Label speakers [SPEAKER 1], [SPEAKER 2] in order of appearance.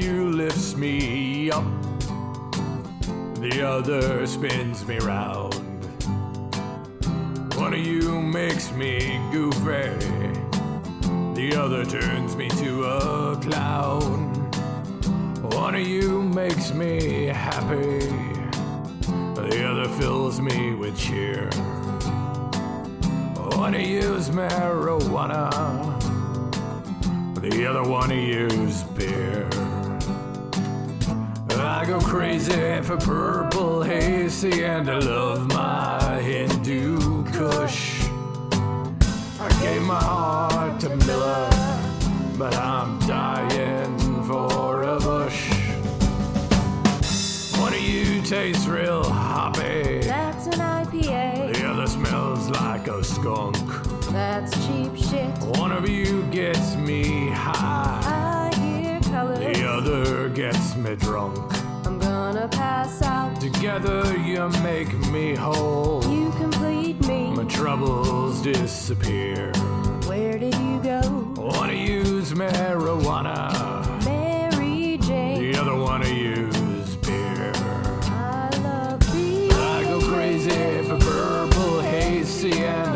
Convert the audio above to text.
[SPEAKER 1] lifts me up, the other spins me round. One of you makes me goofy, the other turns me to a clown. One of you makes me happy, the other fills me with cheer. One of you's marijuana. The other one to use beer. I go crazy for purple hazy and I love my Hindu Kush. I gave my heart to Miller, but I'm dying for a bush. One of you tastes real hoppy,
[SPEAKER 2] That's an IPA.
[SPEAKER 1] the other smells like a skunk.
[SPEAKER 2] That's cheap shit.
[SPEAKER 1] One of you gets me high.
[SPEAKER 2] I hear colors.
[SPEAKER 1] The other gets me drunk.
[SPEAKER 2] I'm gonna pass out.
[SPEAKER 1] Together you make me whole.
[SPEAKER 2] You complete me.
[SPEAKER 1] My troubles disappear.
[SPEAKER 2] Where did you go?
[SPEAKER 1] Wanna use marijuana.
[SPEAKER 2] Mary Jane.
[SPEAKER 1] The other wanna use beer.
[SPEAKER 2] I love beer.
[SPEAKER 1] I go crazy for purple hazy and